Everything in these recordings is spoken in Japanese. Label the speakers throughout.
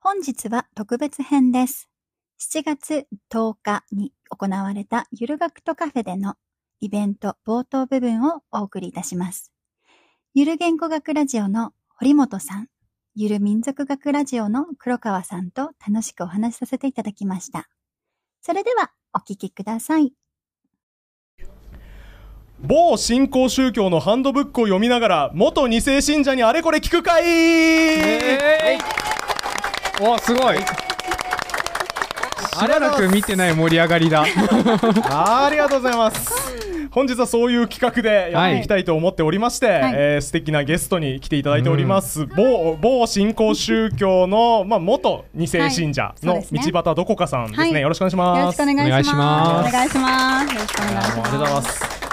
Speaker 1: 本日は特別編です。7月10日に行われたゆるがくとカフェでのイベント冒頭部分をお送りいたします。ゆる言語学ラジオの堀本さん、ゆる民族学ラジオの黒川さんと楽しくお話しさせていただきました。それではお聞きください。
Speaker 2: 某新興宗教のハンドブックを読みながら元2世信者にあれこれ聞く会、え
Speaker 3: ー、おすごいしばらく見てない盛り上がりだ
Speaker 2: ありがとうございます本日はそういう企画でやっていきたいと思っておりまして、はいえー、素敵なゲストに来ていただいております、うん、某某新興宗教の、まあ、元二世信者の道端どこかさんですね、はい、よろしくお願いします
Speaker 1: よろしくお願いしますお願いしますよろしくお願いしますありがとうござい
Speaker 2: ます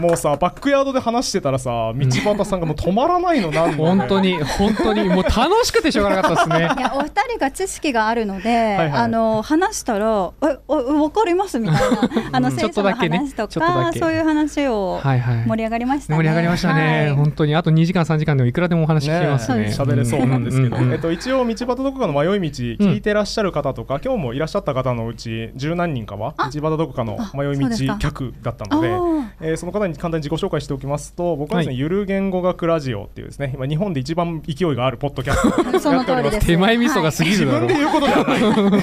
Speaker 2: もうさバックヤードで話してたらさ道端さんがもう止まらないのなん
Speaker 3: で、ね、本当に本当にもう楽しくてしょうがなかったです ね
Speaker 4: いやお二人が知識があるので、はいはい、あの話したらえお分かりますみたい なあの聖書の話とか、ね、そういう話を盛り上がりました、ね
Speaker 3: はいはい、盛り上がりましたね、はい、本当にあと2時間3時間でもいくらでもお話聞きますね
Speaker 2: 喋、れそうなんですけど、えっと、一応道端どこかの迷い道聞いてらっしゃる方とか、うん、今日もいらっしゃった方のうち十何人かは道端どこかの迷い道客だったのでえー、その方簡単に自己紹介しておきますと僕はですね、はい、ゆる言語学ラジオっていうですね今日本で一番勢いがあるポッドキャスト
Speaker 4: その通りです
Speaker 3: 手前味噌が過ぎるだろ、はい、
Speaker 2: 自分で言うこ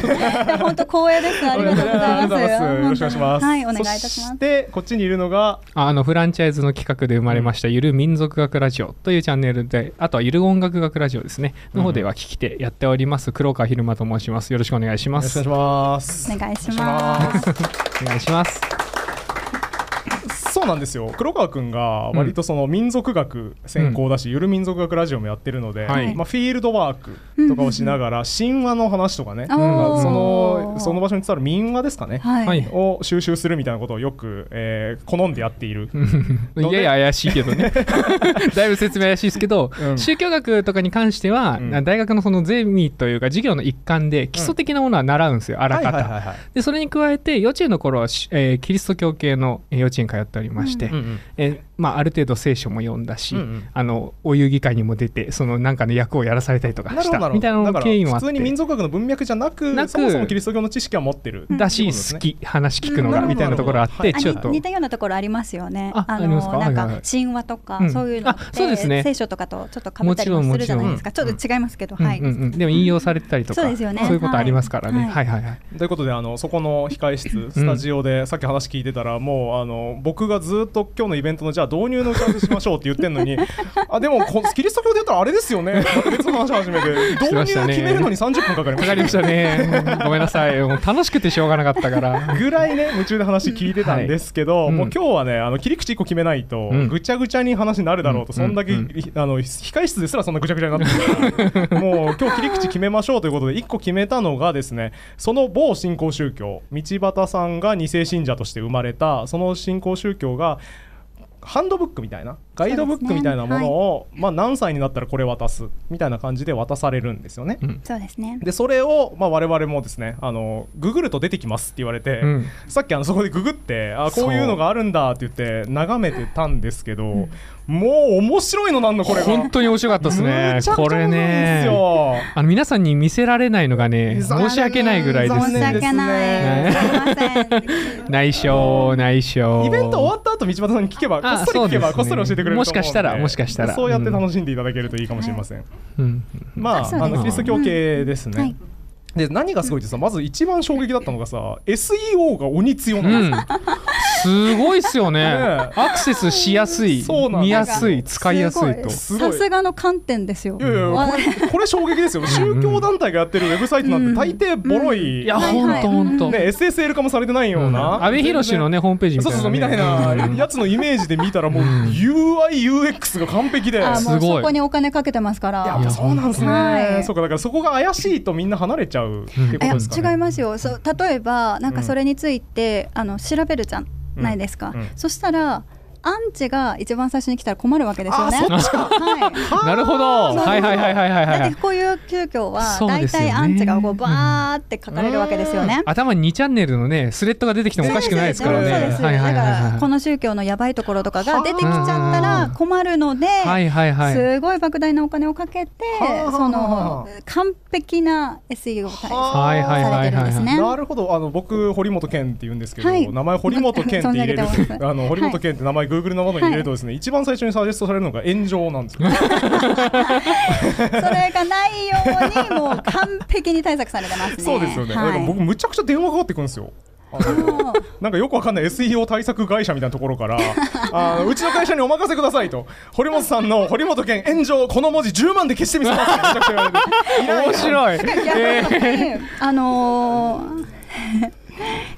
Speaker 2: とでは
Speaker 4: ない本当光栄ですありがとうございます
Speaker 2: よろしくお願いします
Speaker 4: はいお願いいたします
Speaker 2: でこっちにいるのが
Speaker 3: あのフランチャイズの企画で生まれました、うん、ゆる民族学ラジオというチャンネルであとはゆる音楽学ラジオですねの方では聞き手やっております、うん、黒川ひるまと申しますよろしくお願いします
Speaker 2: お願いします
Speaker 4: お願いします
Speaker 3: お願いします
Speaker 2: そうなんですよ黒川君が割とその民族学専攻だし、うん、ゆる民族学ラジオもやってるので、はい、まあ、フィールドワークとかをしながら神話の話とかね、うん、そのその場所に伝わる民話ですかね、はい、を収集するみたいなことをよく、えー、好んでやってい る
Speaker 3: いやいや怪しいけどね だいぶ説明怪しいですけど、うん、宗教学とかに関しては、大学のそのゼミというか授業の一環で基礎的なものは習うんですよ、あらかた、でそれに加えて幼稚園の頃は、えー、キリスト教系の幼稚園通っておりまして、うんうん、えまあ、ある程度聖書も読んだし、うんうん、あのお遊戯会にも出てそのなんかの役をやらされたりとかしたみたいな経緯もあって
Speaker 2: 普通に民族学の文脈じゃなくなくそもそもキリスト教の知識は持ってる、
Speaker 3: うん、だし、ね、好き話聞くのが、うん、みたいなところあって、はい、ちょっと
Speaker 4: 似たようなところありますよねああのなんか神話とか、はいはい、そういうのそうですね聖書とかとちょっとかぶったりもするじゃないですかちょっと違いますけど、はい、うん
Speaker 3: うん、でも引用されてたりとか、
Speaker 4: そうですよね
Speaker 3: そういうことありますからね、はい、はいはいはい
Speaker 2: ということであのそこの控え室スタジオでさっき話聞いてたら、もうあの僕がずっと今日のイベントのじゃあ導入の打ち合わせしましょうって言ってるのにあでもキリスト教で言ったらあれですよね別の話始めて導入決めるのに30分かかりました
Speaker 3: ねし たねごめんなさいもう楽しくてしょうがなかったから
Speaker 2: ぐらいね夢中で話聞いてたんですけど、はい、もう今日はねあの切り口1個決めないと、うん、ぐちゃぐちゃに話になるだろうと、うん、そんだけ、うん、あの控室ですらそんなぐちゃぐちゃになってる からもう今日切り口決めましょうということで1個決めたのがですねその某新興宗教道端さんが2世信者として生まれたその新興宗教がハンドブックみたいなガイドブックみたいなものを、ねはい、まあ、何歳になったらこれ渡すみたいな感じで渡されるんですよね。
Speaker 4: うん、そうですね
Speaker 2: でそれを、まあ、我々もですねあのググると出てきますって言われて、うん、さっきあのそこでググってあこういうのがあるんだって言って眺めてたんですけど、うん、もう面白いのなんのこれ
Speaker 3: 本当に面白かったですね。これねあの皆さんに見せられないのがね申し訳ないぐらいですね。
Speaker 4: 申し訳ない。
Speaker 3: 内緒内緒。
Speaker 2: イベント終わった後道端さんに聞けばこっそり聞けば、ね、こっそり教えてくれる。
Speaker 3: もしかしたらもしかしたら
Speaker 2: そうやって楽しんでいただけるといいかもしれません、うん、まああのキリスト教系ですね、うんはいで何がすごいってさまず一番衝撃だったのがさ SEO が鬼強なん
Speaker 3: ですよ、うん、すごいっすよねアクセスしやすい見やすい使いやすいと
Speaker 4: さすがの観点ですよ
Speaker 2: いやいやこれこれ衝撃ですよ宗教団体がやってるウェブサイトなんて大抵ボロい、
Speaker 3: うん、いやほんとほん と
Speaker 2: ね SSL 化もされてないような、
Speaker 3: うん、安倍博のねホームページみたいな、
Speaker 2: そう
Speaker 3: ね、
Speaker 2: そうみたいなやつのイメージで見たらもう UIUX が完璧です
Speaker 4: ごいそこにお金かけてますから
Speaker 2: やっぱそうなんですね、はい、そうかだからそこが怪しいとみんな離れちゃうってことです
Speaker 4: か、ね、違いますよそう例えばなんかそれについて、うん、あの調べるじゃないですか、うんうん、そしたら
Speaker 1: アンチが一番最初に来たら困るわけですよね。
Speaker 3: はい、 なるほど。はいはいはいはいはい。
Speaker 1: だってこういう宗教は大体アンチがこうバーって書かれるわけですよね。うん、
Speaker 3: 頭に2チャンネルのねスレッドが出てきてもおかしくないですからね。
Speaker 1: そうです。だからこの宗教のやばいところとかが出てきちゃったら困るので、はいはいはい、すごい莫大なお金をかけてその完璧な SEO を対策されてるんですね。
Speaker 2: なるほど。あの僕堀本健って言うんですけど、はい、名前堀本健って入れるあの堀本健って名前 Google のものに入れるとですね、はい、一番最初にサジェストされるのが炎上なんですよ。
Speaker 1: それがないようにもう完璧に対策されてます、ね、
Speaker 2: そうですよね。はい、僕むちゃくちゃ電話かかってくるんですよ。なんかよくわかんない SEO 対策会社みたいなところから あうちの会社にお任せくださいと堀本さんの堀本健炎上この文字10万で消してみせますってめちゃくちゃ言わ
Speaker 3: れて面白い、
Speaker 1: えー、あのー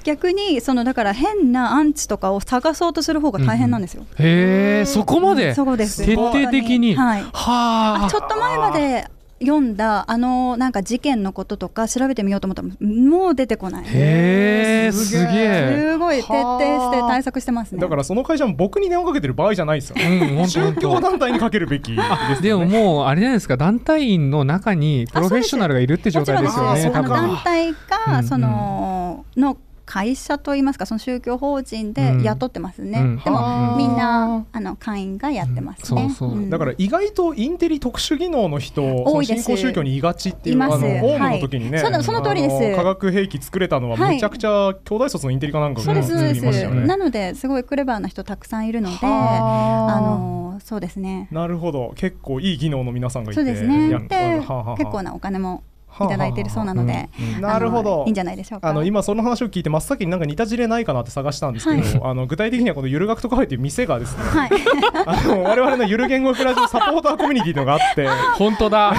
Speaker 1: 逆にそのだから変なアンチとかを探そうとする方が大変なんですよ。
Speaker 3: うん、へえそこまで徹底的に、
Speaker 1: はい、はあちょっと前まで読んだあのなんか事件のこととか調べてみようと思ったらもう出てこない
Speaker 3: へえすげえ
Speaker 1: すごい徹底して対策してますね
Speaker 2: だからその会社も僕に電話かけてる場合じゃないですよ、うん、宗教団体にかけるべきです、ね、
Speaker 3: でももうあれじゃないですか団体員の中にプロフェッショナルがいるって状態ですよね
Speaker 1: 団体がその、うんうん、の会社といいますかその宗教法人で雇ってますね、うん、でもみんなあの会員がやってますね
Speaker 2: だから意外とインテリ特殊技能の人多いです信仰宗教にいがちっていうあのオウムの時にね、
Speaker 1: そのその通りです
Speaker 2: 化学兵器作れたのはめちゃくちゃ兄弟卒のインテリかなんか
Speaker 1: が、ね、そうですそうですなのですごいクレバーな人たくさんいるのであのそうですね
Speaker 2: なるほど結構いい技能の皆さんがいて
Speaker 1: そうですねで結構なお金もいただいているそうなので、
Speaker 2: なるほど、
Speaker 1: いいんじゃないでしょうか。
Speaker 2: あの今その話を聞いて真っ先になんか似た事例ないかなって探したんですけど、あの具体的にはこのゆる学とカフェという店がですね、はい、 あの我々のゆる言語クラジオサポーターコミュニティの があって、
Speaker 3: 本当だ。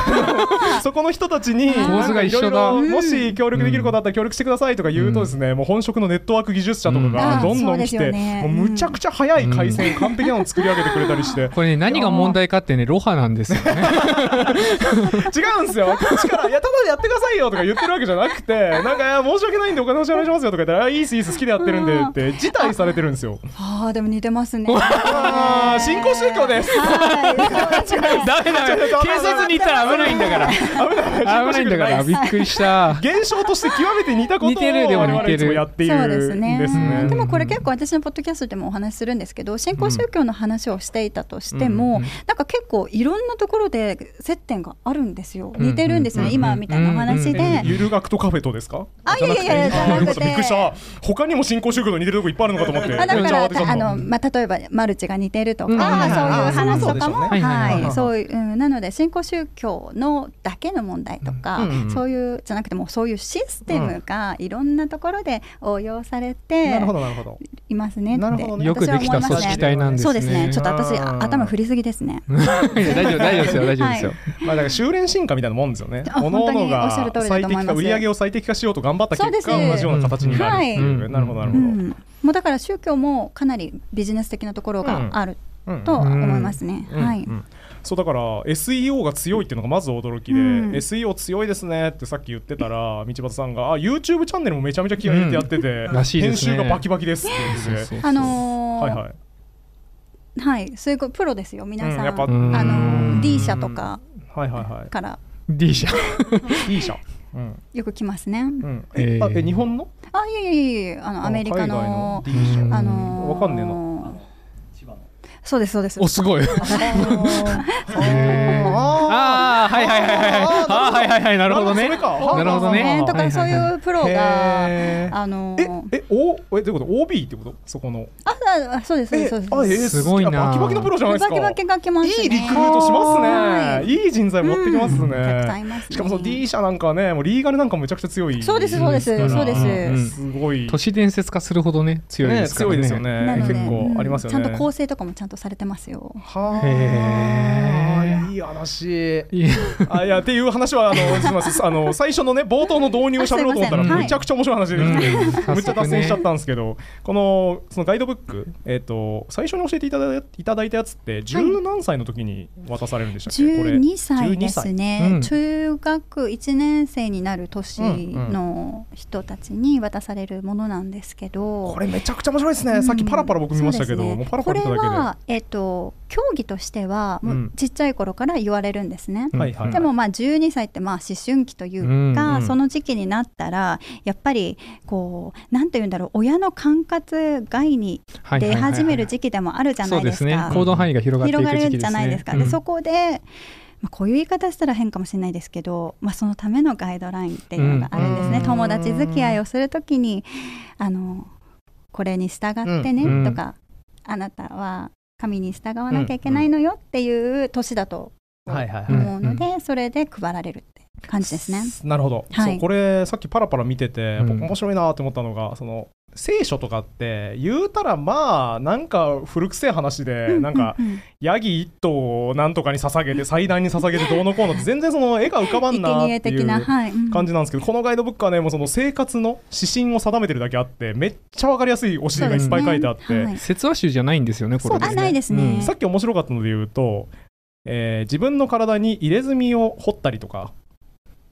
Speaker 2: そこの人たちにいろいろもし協力できることあったら協力してくださいとか言うとですね、もう本職のネットワーク技術者とかがどんどん来て、もうむちゃくちゃ早い回線完璧なの作り上げてくれたりして、
Speaker 3: これね何が問題かってねロハなんですよね。
Speaker 2: 違うんですよ。こっちからいやただやってくださいよとか言ってるわけじゃなくて、なんか申し訳ないんでお金お支払いしますよとか言ったら、いいですいいです好きでやってるんでって辞退されてるんですよ。
Speaker 1: ああでも似てますね。
Speaker 2: 新興宗教です。
Speaker 3: ダメだめ。警察に行ったら危ないんだから。危ない危ないんだからびっくりした。
Speaker 2: 現象として極めて似たことを似てるでも似てるやっている ですね。
Speaker 1: でもこれ結構私のポッドキャストでもお話するんですけど、新興宗教の話をしていたとしても、なんか結構いろんなところで接点があるんですよ。似てるんですね今みたいなお話で。
Speaker 2: ゆる学とカフェとですか？
Speaker 1: あいやいやいやじゃなくて。
Speaker 2: びっくりした。他にも新興宗教と似てるとこいっぱいあるのかと思って。
Speaker 1: だからあのまあ例えばマルチが似てるとかそういう話とかもはいそういうなので新興宗教のだけの問題とかそういうじゃなくてもそういうシステムがいろんなところで応用されて
Speaker 2: なるほどなるほど
Speaker 1: いますねって
Speaker 3: よくできた組織体なんですね。
Speaker 1: そうですね。ちょっと私頭振りすぎですね。
Speaker 3: 大丈夫大丈夫ですよ大丈夫ですよ。
Speaker 2: まあだから修練進化みたいなもんですよね。各々が最適化売上を最適化しようと頑張った結果同じような形になるっていう、なるほどなるほど、
Speaker 1: もうだから宗教もかなりビジネス的なところがあると思いますね、はい。
Speaker 2: そうだから SEO が強いっていうのがまず驚きで、うん、SEO 強いですねってさっき言ってたら道端さんがあ YouTube チャンネルもめちゃめちゃ気合い入れてやってて、編集がバキバキですって言って
Speaker 1: あのはいはいはいすごいプロですよ皆さん、あの D 社とかはいはいはい、から
Speaker 3: D 社
Speaker 2: D 社、、
Speaker 1: うん、よく来ますね、うん
Speaker 2: えー、え日本の
Speaker 1: あいやいやいやあのアメリカのあの
Speaker 2: わかんねえな
Speaker 1: そうですそうです
Speaker 3: おすごいああはいはいはいはいあはいはいはいなるほどねなるほどね
Speaker 1: とかそういうプロがあの
Speaker 2: ええおえどういうこと OB ってことそこの
Speaker 1: あそうですそうですそうです
Speaker 2: すごいなバキバキのプロじゃないですか
Speaker 1: バキバキがきます
Speaker 2: いいリクルートしますねいい人材持ってきますねしかもその D 社なんかねもうリーガルなんかめちゃくちゃ強い
Speaker 1: そうですそうですそうです
Speaker 2: すごい
Speaker 3: 都市伝説化するほどね強いです
Speaker 2: 強いですよね結構ありますよ
Speaker 1: ねちゃんと構成とかもちゃんとされてますよ
Speaker 2: はあいい話。あいやっていう話はあのすみませんあの最初のね冒頭の導入を喋ろうと思ったらむちゃくちゃ面白い話で、むっちゃ脱線しちゃったんですけど、このそのガイドブックえっ、と最初に教えていただいたやつって十何歳の時に渡されるんでしたっけ？
Speaker 4: 十二歳ですね。中学一年生になる年の人たちに渡されるものなんですけど、
Speaker 2: これめちゃくちゃ面白いですね。さっきパラパラ僕見ましたけど、もうパラパラ
Speaker 4: これはえっ、と競技としてはもうちっちゃい頃から言われるんですね。でもまあ12歳ってまあ思春期というか、その時期になったらやっぱりこうなんて言うんだろう親の管轄外に出始める時期でもあるじゃないですか。
Speaker 3: 行動範囲が広が
Speaker 4: 広がるじゃないですか。でそこでまあ、こういう言い方したら変かもしれないですけど、まあ、そのためのガイドラインっていうのがあるんですね、友達付き合いをするときにあのこれに従ってねとか、あなたは神に従わなきゃいけないのよっていう年だと思うので、それで配られるって感じですね。
Speaker 2: なるほど、はい、そうこれさっきパラパラ見てて、僕面白いなと思ったのがその聖書とかって言うたらまあなんか古くせえ話でなんかヤギ一頭をなんとかに捧げて祭壇に捧げてどうのこうのって全然その絵が浮かばんなっていう感じなんですけどこのガイドブックはねもうその生活の指針を定めてるだけあってめっちゃ分かりやすいお尻がいっぱい書いてあって
Speaker 3: 説話集じゃないんですよねこれ
Speaker 4: あないですね、
Speaker 2: さっき面白かったので言うと、えー、自分の体に入れ墨を彫ったりとか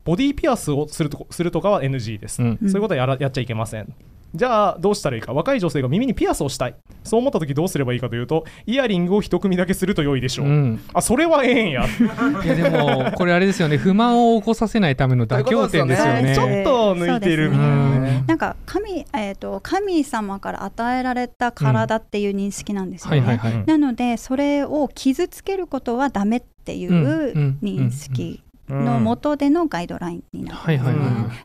Speaker 2: ボディピアスをするとするとかは NG です、うん、そういうことはやらやっちゃいけませんじゃあどうしたらいいか若い女性が耳にピアスをしたいそう思った時どうすればいいかというとイヤリングを一組だけすると良いでしょう、うん、あそれはええんや
Speaker 3: いやでもこれあれですよね不満を起こさせないための妥協点ですよ ね、ね、
Speaker 2: ちょっと抜いてるみたいな、ね、
Speaker 4: なんか神,、えーと、と神様から与えられた体っていう認識なんですよねなのでそれを傷つけることはダメっていう認識、の元でのガイドラインになる、ね、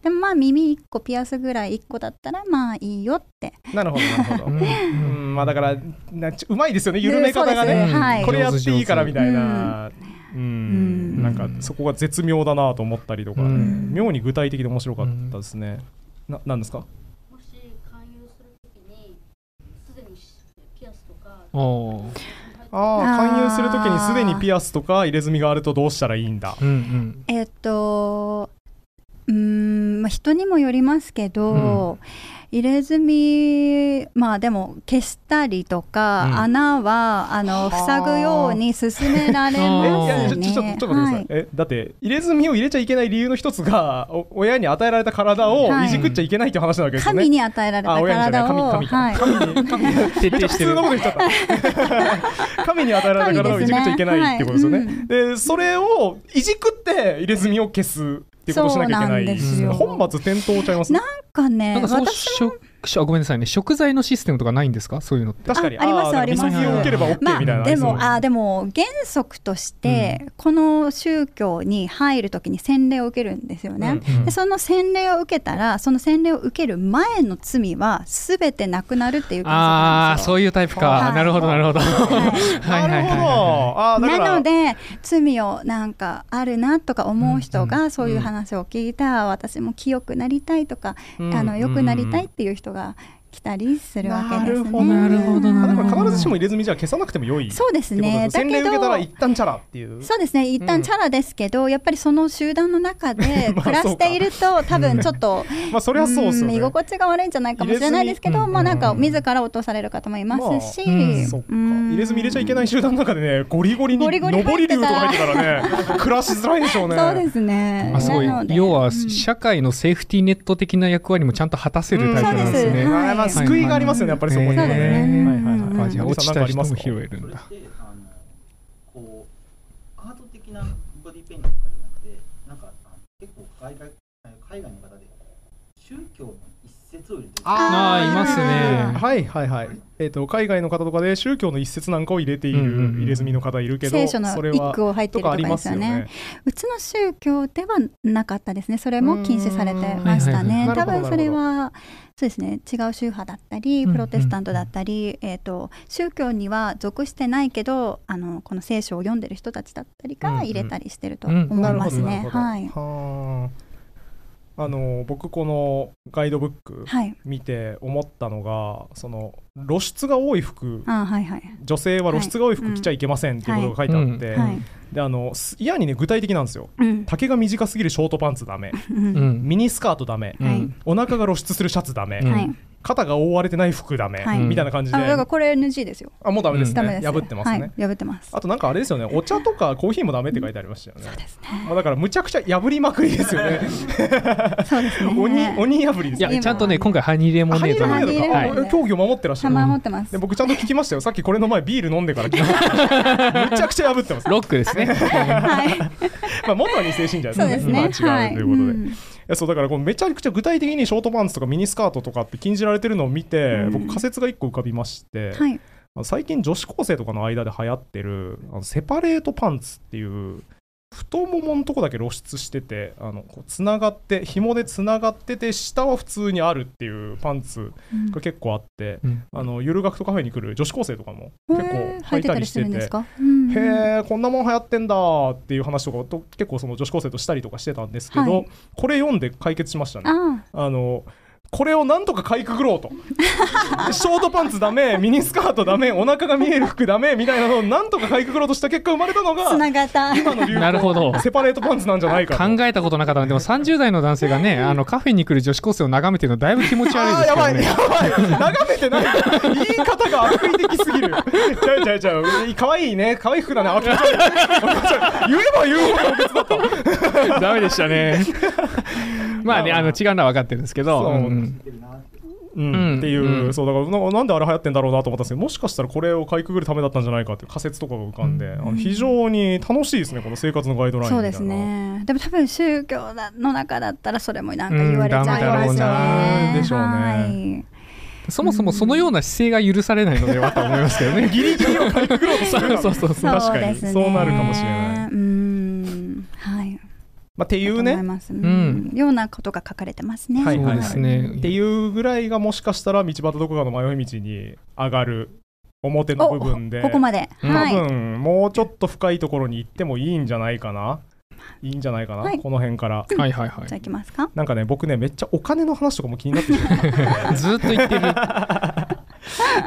Speaker 4: でもまあ耳1個ピアスぐらい1個だったらまあいいよって、
Speaker 2: なるほどなるほど、 うん、まあだからなうまいですよね緩め方がね、ねはい、これやっていいからみたいな。うん、うん、なんかそこが絶妙だなと思ったりとか、ね、うん、妙に具体的で面白かったですね。うん、ななんですか
Speaker 5: もし勧誘するときにすでにピアスとか
Speaker 2: あ勧誘するときにすでにピアスとか入れ墨があるとどうしたらいいんだ、うんうん
Speaker 4: えっとうんまあ人にもよりますけど、うん、入れ墨まあでも消したりとか、うん、穴はあの塞ぐように進められますね
Speaker 2: ちょっと待ってください、はい、えだって入れ墨を入れちゃいけない理由の一つが親に与えられた体をいじくっちゃいけないって話なわけですよね、
Speaker 4: 神に与えられた体を
Speaker 2: 神 に与えられた体をいじくっちゃいけないってことですよね、ねはい、でそれをいじくって入れ墨を消すってことしなきゃいけないですよ。本末転倒ちゃいます。
Speaker 4: なんかね、
Speaker 3: なんかその食ごめんなさいね、食材のシステムとかないんですか？そういうのって。
Speaker 2: 確かに
Speaker 4: ありますあります。
Speaker 2: 水を受ければ OK みたいな。
Speaker 4: でもあでも原則としてこの宗教に入るときに洗礼を受けるんですよね。でその洗礼を受けたらその洗礼を受ける前の罪はすべてなくなるっていう原則
Speaker 3: ああそういうタイプか。なるほどなるほど。はい
Speaker 2: なるほ
Speaker 4: ど。なので罪をなんかあるなとか思う人がそういう話を聞いた私も清くなりたいとかあの良くなりたいっていう人がが来たりするわけですね。
Speaker 3: なるほどなるほ
Speaker 2: ど。必ずしも入れ墨じゃ消さなくても良い。
Speaker 4: そうですね。
Speaker 2: 洗礼受けたら一旦チャラっていう。
Speaker 4: そうですね。一旦チャラですけど、やっぱりその集団の 中で暮らしていると、多分ちょっと、
Speaker 2: まあそれはそう
Speaker 4: 居心地が悪いんじゃないかもしれないですけど、まあなんか自ら落とされる方もいますし、入
Speaker 2: れ墨入れちゃいけない集団の中でね、ゴリゴリに上り竜とか入ってたらね、暮らしづらいでしょうね。
Speaker 4: そうですね。
Speaker 3: すごい。要は社会のセーフティーネット的な役割もちゃんと果たせるタイプなんですね。
Speaker 2: まあ、救いがありますよね、やっぱりそこには
Speaker 3: ね。あ、じゃあ、落ちた人も拾えるんだ。
Speaker 5: こう、アート的なボディペイントとかじゃなくて、なんか、結構海外、海外の方で。宗教の一節を入れてる。
Speaker 3: ああ、いますね。
Speaker 2: はいはいはい。えっ、と、海外の方とかで、宗教の一節なんかを入れている、入れ墨の方いるけど。
Speaker 4: 聖書の一句を入ってるとかですよね。うちの宗教ではなかったですね。それも禁止されてましたね。多分、それは。そうですね違う宗派だったりプロテスタントだったり、えーと、と宗教には属してないけどあのこの聖書を読んでる人たちだったりが入れたりしてると思いますね。はい
Speaker 2: あの僕このガイドブック
Speaker 4: はい
Speaker 2: 見て思ったのがその露出が多い服
Speaker 4: あはいはい
Speaker 2: 女性は露出が多い服着ちゃいけませんっていうことが書いてあって、
Speaker 3: うん
Speaker 4: はい
Speaker 2: であのす嫌にね具体的なんですよ
Speaker 4: うん
Speaker 2: 丈が短すぎるショートパンツダメ
Speaker 4: うん
Speaker 3: うん
Speaker 2: ミニスカートダメ、
Speaker 3: う
Speaker 4: はい
Speaker 3: ん
Speaker 2: お腹が露出するシャツダメ、
Speaker 3: うん
Speaker 4: はい
Speaker 2: 肩が覆われてない服ダメ、
Speaker 4: はい
Speaker 2: みたいな感じで
Speaker 4: あだからこれ NG ですよ
Speaker 2: あもうダメです
Speaker 4: ダ
Speaker 2: ね、
Speaker 4: メです
Speaker 2: 破ってますね、
Speaker 4: はい破ってます
Speaker 2: あとなんかあれですよねお茶とかコーヒーもダメって書いてありましたよね、
Speaker 4: ですね
Speaker 2: まあ、だからむちゃくちゃ破りまくりです よね
Speaker 4: そうですね
Speaker 2: 鬼鬼破りで
Speaker 3: い
Speaker 2: すよね
Speaker 3: やちゃんとね今回ハニーレモ
Speaker 2: ハ
Speaker 3: ネ
Speaker 2: ニーレ
Speaker 3: ード
Speaker 2: モ
Speaker 4: ハ
Speaker 2: ネ
Speaker 4: ニーレモネー
Speaker 2: ー
Speaker 4: ド
Speaker 2: ド
Speaker 4: か
Speaker 2: かあ競技を守ってらっしゃ
Speaker 4: た
Speaker 2: る
Speaker 4: ま持ってます
Speaker 2: で僕ちゃんと聞きましたよさっきこれの前ビール飲んでから聞きま したむちゃくちゃ破ってます、
Speaker 3: ロックですね
Speaker 4: はい
Speaker 2: まあ、元は二世信者です
Speaker 4: そう
Speaker 2: ね
Speaker 4: ですね
Speaker 2: 今は
Speaker 4: は
Speaker 2: 違う
Speaker 4: い
Speaker 2: ということで、
Speaker 4: うん
Speaker 2: いやそうだからこうめちゃくちゃ具体的にショートパンツとかミニスカートとかって禁じられてるのを見て、
Speaker 4: うん
Speaker 2: 僕仮説が1個浮かびまして、
Speaker 4: はい
Speaker 2: あの最近女子高生とかの間で流行ってるあのセパレートパンツっていう太もものとこだけ露出しててあのこうつながって紐でつながってて下は普通にあるっていうパンツ
Speaker 4: うん
Speaker 2: が結構あって、
Speaker 3: うん
Speaker 2: あのゆる学徒カフェに来る女子高生とかも結
Speaker 4: へ
Speaker 2: 構
Speaker 4: ー
Speaker 2: 履いたりして
Speaker 4: 履い
Speaker 2: て。
Speaker 4: かうん
Speaker 2: へえこんなもん流行ってんだーっていう話とかと結構その女子高生としたりとかしてたんですけど、
Speaker 4: はい
Speaker 2: これ読んで解決しましたね。
Speaker 4: あ
Speaker 2: あのこれをなんとかかいくぐろう とショートパンツダメミニスカートダメお腹が見える服ダメみたいなのをなんとかかいくぐろうとした結果生まれたの
Speaker 4: あつ
Speaker 2: が
Speaker 4: な がった
Speaker 2: 今の流行
Speaker 3: なるほど
Speaker 2: セパレートパンツなんじゃないかと
Speaker 3: 考えたことなかったのでも30代の男性がねあのカフェに来る女子高生を眺めてるのだいぶ気持ち悪い
Speaker 2: あー
Speaker 3: です
Speaker 2: や
Speaker 3: けど
Speaker 2: ばいや
Speaker 3: ね
Speaker 2: ばい眺めてない言い方が悪意的すぎるちゃうちゃうちゃう可愛いね可愛い服だねあ気持ち 悪いあ気持ち悪い言えば言うほど別だった
Speaker 3: ダメでしたねまあねあの違うのは分かってるんですけど
Speaker 2: そう
Speaker 3: うん
Speaker 5: てるなって
Speaker 2: うんっていう、
Speaker 3: うん
Speaker 2: そうだからななんであれ流行ってんだろうなと思ったんですけどもしかしたらこれをかいくぐるためだったんじゃないかっていう仮説とかが浮かんで、あの非常に楽しいですねこの生活のガイドライン
Speaker 4: そ
Speaker 2: み
Speaker 4: う
Speaker 2: たい
Speaker 4: で
Speaker 2: な
Speaker 4: すねでも多分宗教の中だったらそれもなんか言われちゃいますよ
Speaker 3: うんダメ
Speaker 4: ね、
Speaker 3: だろ
Speaker 2: うなでしょうね
Speaker 4: はい
Speaker 3: そもそもそのような姿勢が許されないのではと思いますけど ね
Speaker 2: ギリギリをかいくぐろうとするな
Speaker 3: そうそうそう
Speaker 2: 確かに
Speaker 4: ですね
Speaker 2: そうなるかもしれない、
Speaker 4: うんはい
Speaker 2: まあ、っていう
Speaker 4: だと思い
Speaker 2: ね
Speaker 4: ます、うんん、ようなことが書かれてますね
Speaker 2: はい
Speaker 3: そうですね
Speaker 2: っていうぐらいがもしかしたら道端どこかの迷い道に上がる表の部分で
Speaker 4: おここまで、
Speaker 3: うん
Speaker 4: はい
Speaker 2: 多分もうちょっと深いところに行ってもいいんじゃないかないいんじゃないかな、
Speaker 4: はい
Speaker 2: この辺から
Speaker 3: はいはいは
Speaker 4: じゃあいきますか
Speaker 2: なんかね僕ねめっちゃお金の話とかも気になってしまう
Speaker 3: いずっと言ってる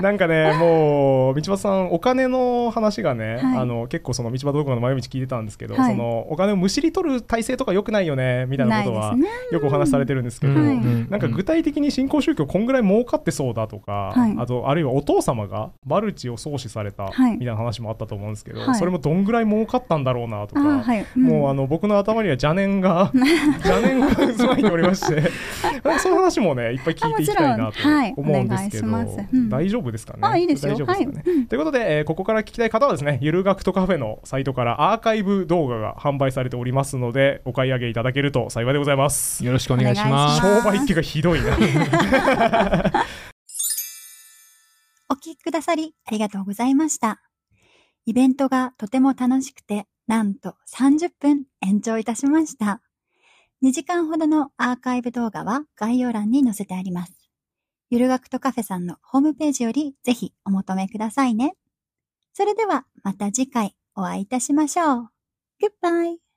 Speaker 2: なんかね、もう道端さん、お金の話がね、
Speaker 4: はい
Speaker 2: あの結構その道端道具の前道聞いてたんですけど、
Speaker 4: はい
Speaker 2: そのお金をむしり取る体制とか良くないよねみたいなことは、
Speaker 4: ないで
Speaker 2: よくお話しされてるんですけど、
Speaker 4: はい
Speaker 2: なんか具体的に新興宗教こんぐらい儲かってそうだとか、
Speaker 4: はい
Speaker 2: あとあるいはお父様がマルチを創始されたみ
Speaker 4: はい
Speaker 2: たいな話もあったと思うんですけど、
Speaker 4: はい
Speaker 2: それもどんぐらい儲かったんだろうなとか。
Speaker 4: あーはい、ん
Speaker 2: もうあの僕の頭には邪念 が邪念が渦巻いておりまして なんかその話もねいっぱい聞いていきたいなと思うんですけど、
Speaker 4: あもちろんはいお願いしますうん
Speaker 2: 大丈夫ですかね
Speaker 4: あいいですよ
Speaker 2: 大丈夫ですかね、
Speaker 4: はい
Speaker 2: ということで、えーここから聞きたい方はですねゆるがくとカフェのサイトからアーカイブ動画が販売されておりますのでお買い上げいただけると幸いでございます
Speaker 3: よろしくお願いします
Speaker 4: お願いし
Speaker 2: 商売気がひどいな
Speaker 1: お聞きくださりありがとうございました。イベントがとても楽しくて、なんと30分延長いたしました。2時間ほどのアーカイブ動画は概要欄に載せてあります。ゆるがくとカフェさんのホームページよりぜひお求めくださいね。それではまた次回お会いいたしましょう。Goodbye!